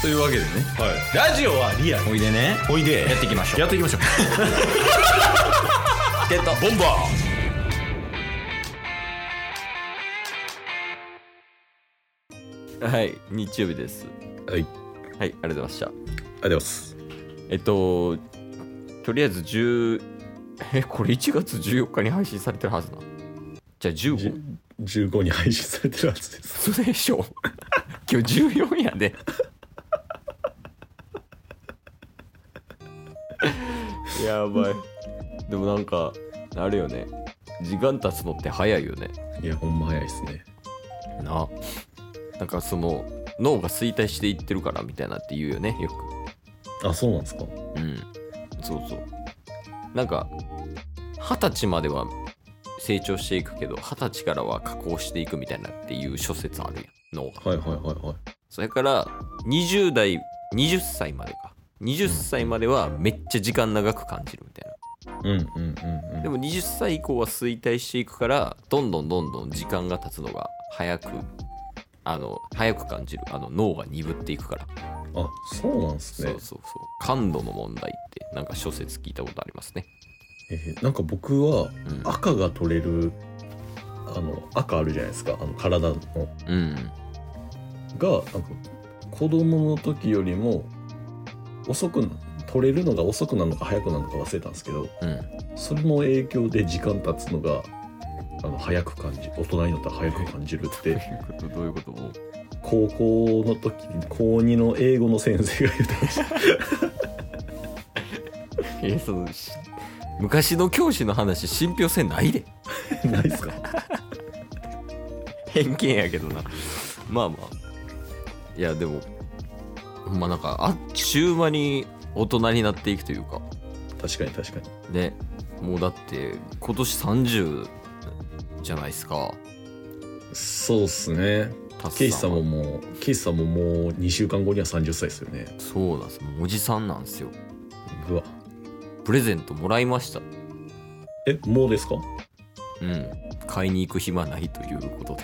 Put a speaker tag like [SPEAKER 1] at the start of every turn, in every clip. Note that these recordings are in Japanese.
[SPEAKER 1] というわけでね
[SPEAKER 2] はい、ラジオはリアル
[SPEAKER 1] おいでね
[SPEAKER 2] おいで
[SPEAKER 1] やっていきましょう
[SPEAKER 2] やっていきましょう
[SPEAKER 1] ゲット
[SPEAKER 2] ボンバ
[SPEAKER 3] はい、日曜日です。
[SPEAKER 2] ーはい
[SPEAKER 3] はい、ありがとうございました。
[SPEAKER 2] ありがとうございます
[SPEAKER 3] えっと、とりあえず10、え、これ1月14日に配信されてるはずだ。じゃあ
[SPEAKER 2] じ
[SPEAKER 3] 15?
[SPEAKER 2] 15に配信されてるはずです
[SPEAKER 3] 嘘でしょ今日14やで。やばい。でもなんか、あれよね。時間経つのって早いよね。
[SPEAKER 2] いやほんま早いですね
[SPEAKER 3] なあ。なんかその、脳が衰退していってるからみたいなって言うよね、よく。
[SPEAKER 2] あそうなんですか
[SPEAKER 3] うん、そうそう。なんか、二十歳までは成長していくけど、二十歳からは加工していくみたいなっていう諸説あるやん、脳が。
[SPEAKER 2] はいはいはいはい
[SPEAKER 3] それから、20代、20歳までか。20歳まではめっちゃ時間長く感じるみたいな。
[SPEAKER 2] うんうんうんうん
[SPEAKER 3] でも20歳以降は衰退していくから、どんどんどんどん時間が経つのが早く、あの、早く感じる。あの、脳が鈍っていくから。
[SPEAKER 2] あそうなんです
[SPEAKER 3] そう
[SPEAKER 2] ね
[SPEAKER 3] そうそう。感度の問題って、なんか諸説聞いたことありますね。
[SPEAKER 2] えーなんか僕は
[SPEAKER 3] うん
[SPEAKER 2] 赤が取れるあの赤あるじゃないですかあの体の
[SPEAKER 3] うん。
[SPEAKER 2] がなんか子供の時よりも遅くな取れるのが遅くなるのか早くなるのか忘れたんですけど
[SPEAKER 3] うん。
[SPEAKER 2] それの影響で時間経つのがあの早く感じ大人になったら早く感じるっ
[SPEAKER 3] どう
[SPEAKER 2] て
[SPEAKER 3] いうことどういうこともう
[SPEAKER 2] 高校の時に高2の英語の先生が言ってました
[SPEAKER 3] えそのし昔の教師の話信憑性ないで
[SPEAKER 2] ないですか
[SPEAKER 3] 偏見やけどなまあまあいやでもほんまなんかあっちゅう間に大人になっていくというか
[SPEAKER 2] 確かに確かに
[SPEAKER 3] ねもうだって今年30じゃないですか
[SPEAKER 2] そうっすね
[SPEAKER 3] タス
[SPEAKER 2] ケイシさん
[SPEAKER 3] は
[SPEAKER 2] ももうケイシさんももう2週間後には30歳ですよね
[SPEAKER 3] そうなんですもうおじさんなんですよ
[SPEAKER 2] うわ
[SPEAKER 3] プレゼントもらいました
[SPEAKER 2] えもうですか
[SPEAKER 3] うん買いに行く暇ないということで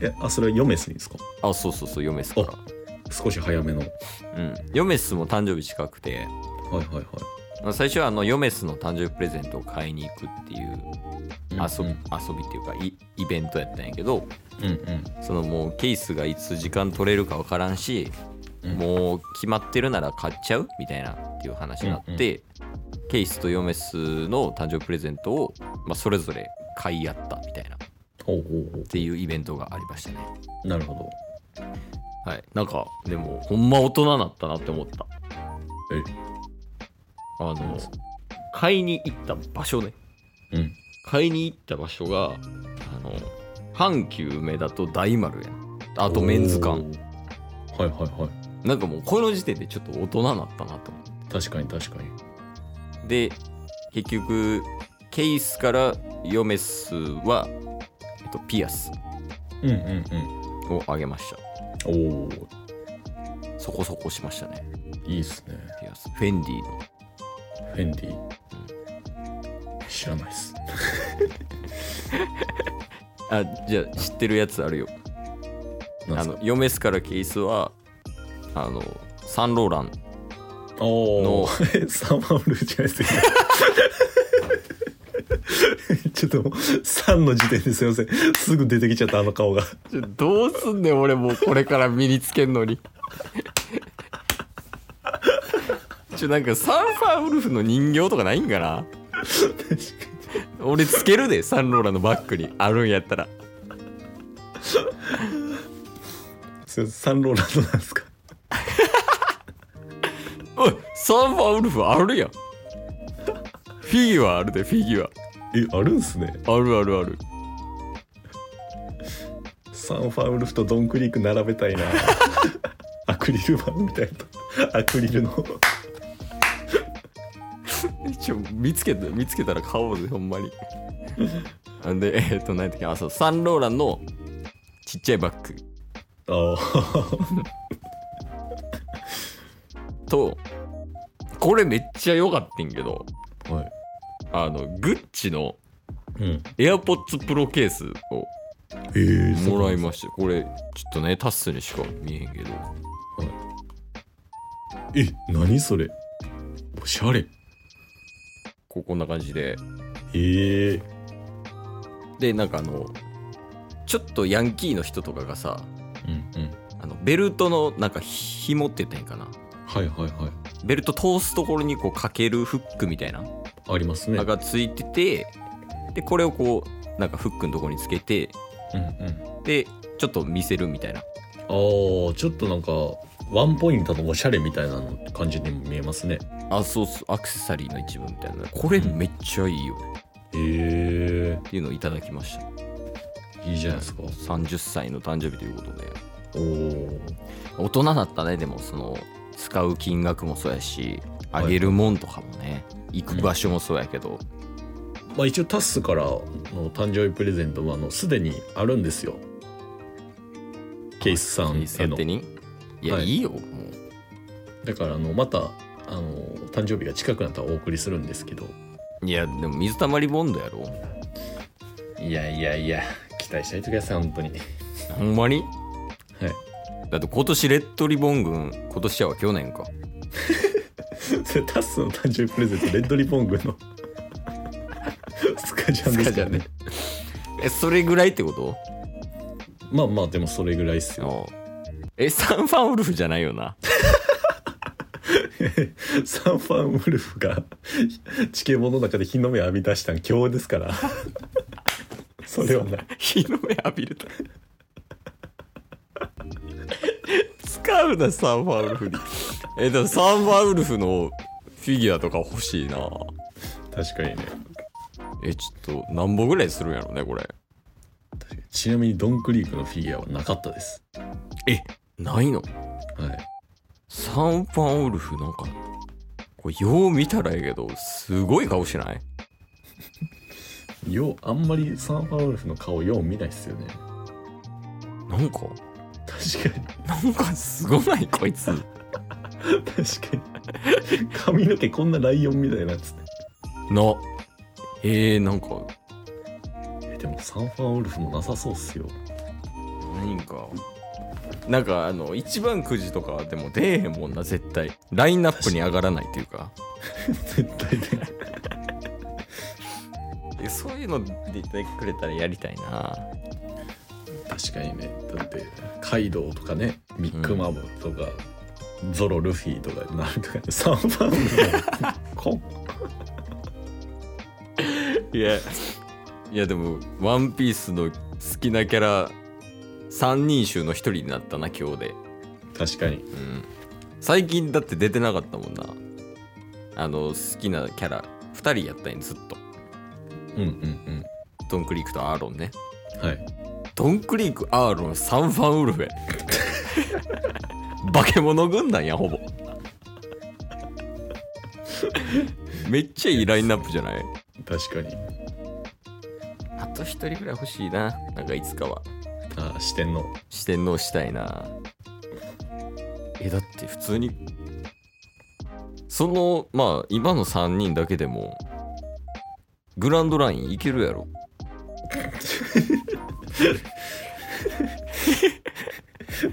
[SPEAKER 2] えあそれはヨメスにですか
[SPEAKER 3] あそうそうそう嫁ですから
[SPEAKER 2] 少し早めのはい
[SPEAKER 3] うん嫁っすも誕生日近くて、
[SPEAKER 2] はいはい
[SPEAKER 3] まあ最初はあのヨメスの誕生日プレゼントを買いに行くっていう遊び,、遊びっていうかイイベントやったんやけど
[SPEAKER 2] うんうん
[SPEAKER 3] そのもうケースがいつ時間取れるか分からんし、
[SPEAKER 2] うん
[SPEAKER 3] もう決まってるなら買っちゃうみたいなっていう話になって、
[SPEAKER 2] うんうん
[SPEAKER 3] ケイスとヨメスの誕生日プレゼントを、まあ、それぞれ買い合ったみたいなっ
[SPEAKER 2] ほうほうほ
[SPEAKER 3] ていうイベントがありましたね
[SPEAKER 2] うなるほ
[SPEAKER 3] はいなんかでもほんま大人になったなって思った
[SPEAKER 2] どえ
[SPEAKER 3] あの買いに行った場所ね
[SPEAKER 2] うん
[SPEAKER 3] 買いに行った場所があの阪急梅田と大丸やんあとメンズ
[SPEAKER 2] お
[SPEAKER 3] 館
[SPEAKER 2] ーはいはいはい
[SPEAKER 3] なんかもうこの時点でちょっと大人になったなと思っ
[SPEAKER 2] 確かに確かに
[SPEAKER 3] てで結局ケースからヨメスは、えっと、ピアス
[SPEAKER 2] うんうん
[SPEAKER 3] をあげまし
[SPEAKER 2] うんおお
[SPEAKER 3] たそこそこしましたね
[SPEAKER 2] いいっすね
[SPEAKER 3] ピアスフェンディの
[SPEAKER 2] フェンディ知らないっす
[SPEAKER 3] あじゃあ知ってるやつあるよ
[SPEAKER 2] な
[SPEAKER 3] あ
[SPEAKER 2] んす
[SPEAKER 3] の
[SPEAKER 2] か
[SPEAKER 3] ヨメスからケースはあのサンローラン
[SPEAKER 2] おー サマーウルじゃないですか ちょっともう3の時点ですいませんすぐ出てきちゃったあの顔が
[SPEAKER 3] ちょどうすんねん俺もうこれから身につけんのにちょなんかサンファーウルフの人形とかないんかな
[SPEAKER 2] 確かに
[SPEAKER 3] 俺つけるでサンローランのバッグにあるんやったら
[SPEAKER 2] すいませんサンローランドなんですか
[SPEAKER 3] おいサンファーウルフあるやんフィギュアあるでフィギュ
[SPEAKER 2] えあるんすね
[SPEAKER 3] アあるあるある
[SPEAKER 2] サンファウルフとドンクリーク並べた いなアクリル板みたいなアクリルの
[SPEAKER 3] ちょ見つけた見つけたら買おうぜほんまにあでえっと何やったっけあそうサンローランのちっちゃいバッグ
[SPEAKER 2] あ あ
[SPEAKER 3] とこれめっちゃ良かったんけど
[SPEAKER 2] はい
[SPEAKER 3] あの、グッチの
[SPEAKER 2] うん
[SPEAKER 3] AirPods Pro ケースを
[SPEAKER 2] えー
[SPEAKER 3] もらい
[SPEAKER 2] す
[SPEAKER 3] ましたこれちょっとねタッスにしか見えへんけど
[SPEAKER 2] え何それおしゃれ
[SPEAKER 3] こうこんな感じで
[SPEAKER 2] ええ
[SPEAKER 3] でなんかあのちょっとヤンキーの人とかがさ
[SPEAKER 2] うんうん
[SPEAKER 3] あのベルトのなんか紐って言ったらいいんかな
[SPEAKER 2] はいはいはい
[SPEAKER 3] ベルト通すところにこうかけるフックみたいな
[SPEAKER 2] ありますね
[SPEAKER 3] がついててでこれをこうなんかフックのところにつけて
[SPEAKER 2] うんうん
[SPEAKER 3] でちょっと見せるみたいな
[SPEAKER 2] あーちょっとなんかワンポイントのおしゃれみたいなの感じにも見えますね
[SPEAKER 3] あそうそうアクセサリーの一部みたいなこれめっちゃいいよ
[SPEAKER 2] へえ
[SPEAKER 3] っていうのをいただきました
[SPEAKER 2] いいじゃないですか
[SPEAKER 3] 30歳の誕生日ということで
[SPEAKER 2] おお
[SPEAKER 3] 大人だったねでもその使う金額もそうやしあ
[SPEAKER 2] はい
[SPEAKER 3] げるもんとかもね行く場所もそうやけど、
[SPEAKER 2] まあ一応タッスからの誕生日プレゼントはあのすでにあるんですよケイスさんへ
[SPEAKER 3] 勝
[SPEAKER 2] の
[SPEAKER 3] 手にいや、、
[SPEAKER 2] はいい
[SPEAKER 3] いよもう
[SPEAKER 2] だからあのまたあの誕生日が近くなったらお送りするんですけど
[SPEAKER 3] いやでも水たまりボンドやろ
[SPEAKER 2] いやいやいや期待したいとください本当にはい
[SPEAKER 3] ほんまにだって今年レッドリボン軍今年やは去年か
[SPEAKER 2] それタッスの誕生日プレゼントレッドリボングの スカジャンですからね
[SPEAKER 3] えそれぐらいってこと
[SPEAKER 2] まあまあでもそれぐらいっすよ
[SPEAKER 3] えサンファンウルフじゃないよな
[SPEAKER 2] サンファンウルフが地形物の中で日の目を浴び出したん今日ですから それはない
[SPEAKER 3] 日の目浴びると使うなサンファンウルフにえでもサンファンウルフのフィギュアとか欲しいな
[SPEAKER 2] 確かにね
[SPEAKER 3] えちょっと何本ぐらいするんやろねこれ
[SPEAKER 2] ちなみにドンクリークのフィギュアはなかったです
[SPEAKER 3] えないの
[SPEAKER 2] はい
[SPEAKER 3] サンファンウルフなんかこれよう見たらええけどすごい顔しない
[SPEAKER 2] ようあんまりサンファンウルフの顔よう見ないっすよね
[SPEAKER 3] なんか
[SPEAKER 2] 確か
[SPEAKER 3] な
[SPEAKER 2] に
[SPEAKER 3] んかすごないこいつ
[SPEAKER 2] 確かに髪の毛こんなライオンみたいなっつって
[SPEAKER 3] なえー、なんか
[SPEAKER 2] えでもサンファンウルフもなさそうっすよ
[SPEAKER 3] 何かなんかあの一番くじとかでも出えへんもんな絶対ラインナップに上がらないっていうか
[SPEAKER 2] 絶対ね
[SPEAKER 3] えそういうの出てくれたらやりたいな
[SPEAKER 2] 確かにねだってカイドウとかねミックマムとか、ゾロルフィとかになると かサンファンウルフこ
[SPEAKER 3] いやいやでも「ワンピースの好きなキャラ三人衆の一人になったな今日で、
[SPEAKER 2] 確かに
[SPEAKER 3] うん、最近だって出てなかったもんなあの好きなキャラ二人やったんやずっと
[SPEAKER 2] うんうん
[SPEAKER 3] ドンクリークとアーロンね
[SPEAKER 2] うんはい
[SPEAKER 3] ドンクリーク、アーロン、サンファンウルフェ。 化け物軍団や、ほぼ。めっちゃいいラインナップじゃない
[SPEAKER 2] 確かに
[SPEAKER 3] あと一人ぐらい欲しいな。なんかいつかは。
[SPEAKER 2] あ四天王
[SPEAKER 3] 四天王したいな。え、だって普通に。その、まあ、今の3人だけでも、グランドラインいけるやろ。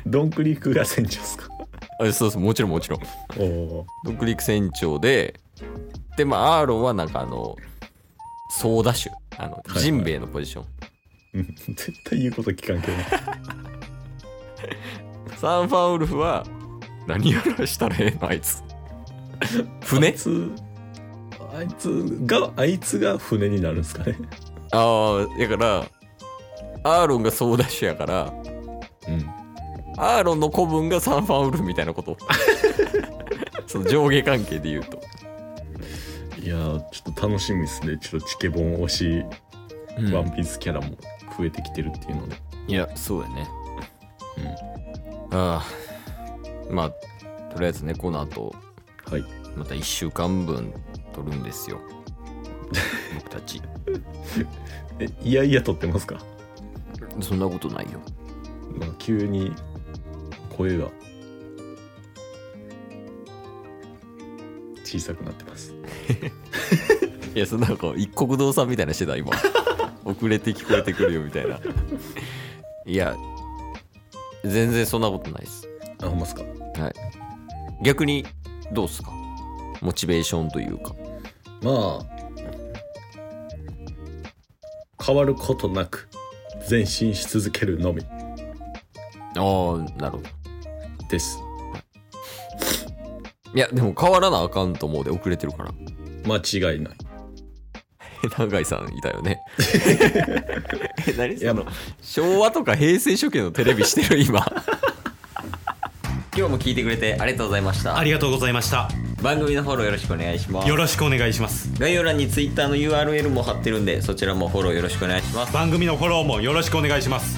[SPEAKER 2] ドンクリークが船長っすか
[SPEAKER 3] あそうそう、もちろんもちろん。
[SPEAKER 2] おお
[SPEAKER 3] ドクリク船長で、で、まあ、アーロンはなんかあの、ソーダ酒。あの、
[SPEAKER 2] はい
[SPEAKER 3] ジンベエのポジション。
[SPEAKER 2] 絶対言うこと聞かんけどね
[SPEAKER 3] サンファンウルフは、何やらしたらええのあい つ。
[SPEAKER 2] あ
[SPEAKER 3] 船
[SPEAKER 2] いつあいつがあいつが船になるんですかね
[SPEAKER 3] ああ、だから、アーロンがソーダ酒やから、
[SPEAKER 2] うん
[SPEAKER 3] アーロンの子分がサンファンウルフみたいな こと。その上下関係で言うと。
[SPEAKER 2] いやーちょっと楽しみですねちょっとチケボン推し、
[SPEAKER 3] うん
[SPEAKER 2] ワンピースキャラも増えてきてるっていうので
[SPEAKER 3] いや、そうやね。うん。ああ。まあ、とりあえずね、この後、
[SPEAKER 2] はい
[SPEAKER 3] また1週間分取るんです よ僕たち
[SPEAKER 2] えいやいや撮ってますか
[SPEAKER 3] そんなことないよ
[SPEAKER 2] なんか急に声が小さくなってます
[SPEAKER 3] いやそんなこう一国道さんみたいなしてた今遅れて聞こえてくるよみたいないや全然そんなことないです
[SPEAKER 2] あほんまっすか
[SPEAKER 3] 逆にどうっすかモチベーションというか
[SPEAKER 2] まあ変わることなく前進し続けるのみ
[SPEAKER 3] ああなるほど
[SPEAKER 2] です
[SPEAKER 3] いやでも変わらなあかんと思うで遅れてるから
[SPEAKER 2] 間違いない
[SPEAKER 3] 永井さんいたよね え何
[SPEAKER 2] いや
[SPEAKER 3] そ
[SPEAKER 2] も
[SPEAKER 3] の
[SPEAKER 2] う
[SPEAKER 3] 昭和とか平成初期のテレビしてる今 今日も聞いてくれてありがとうございました
[SPEAKER 1] ありがとうございました
[SPEAKER 3] 番組のフォローよろしくお願いします
[SPEAKER 1] よろしくお願いします
[SPEAKER 3] 概要欄に Twitter の URL も貼ってるんでそちらもフォローよろしくお願いします
[SPEAKER 1] 番組のフォローもよろしくお願いします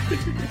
[SPEAKER 1] す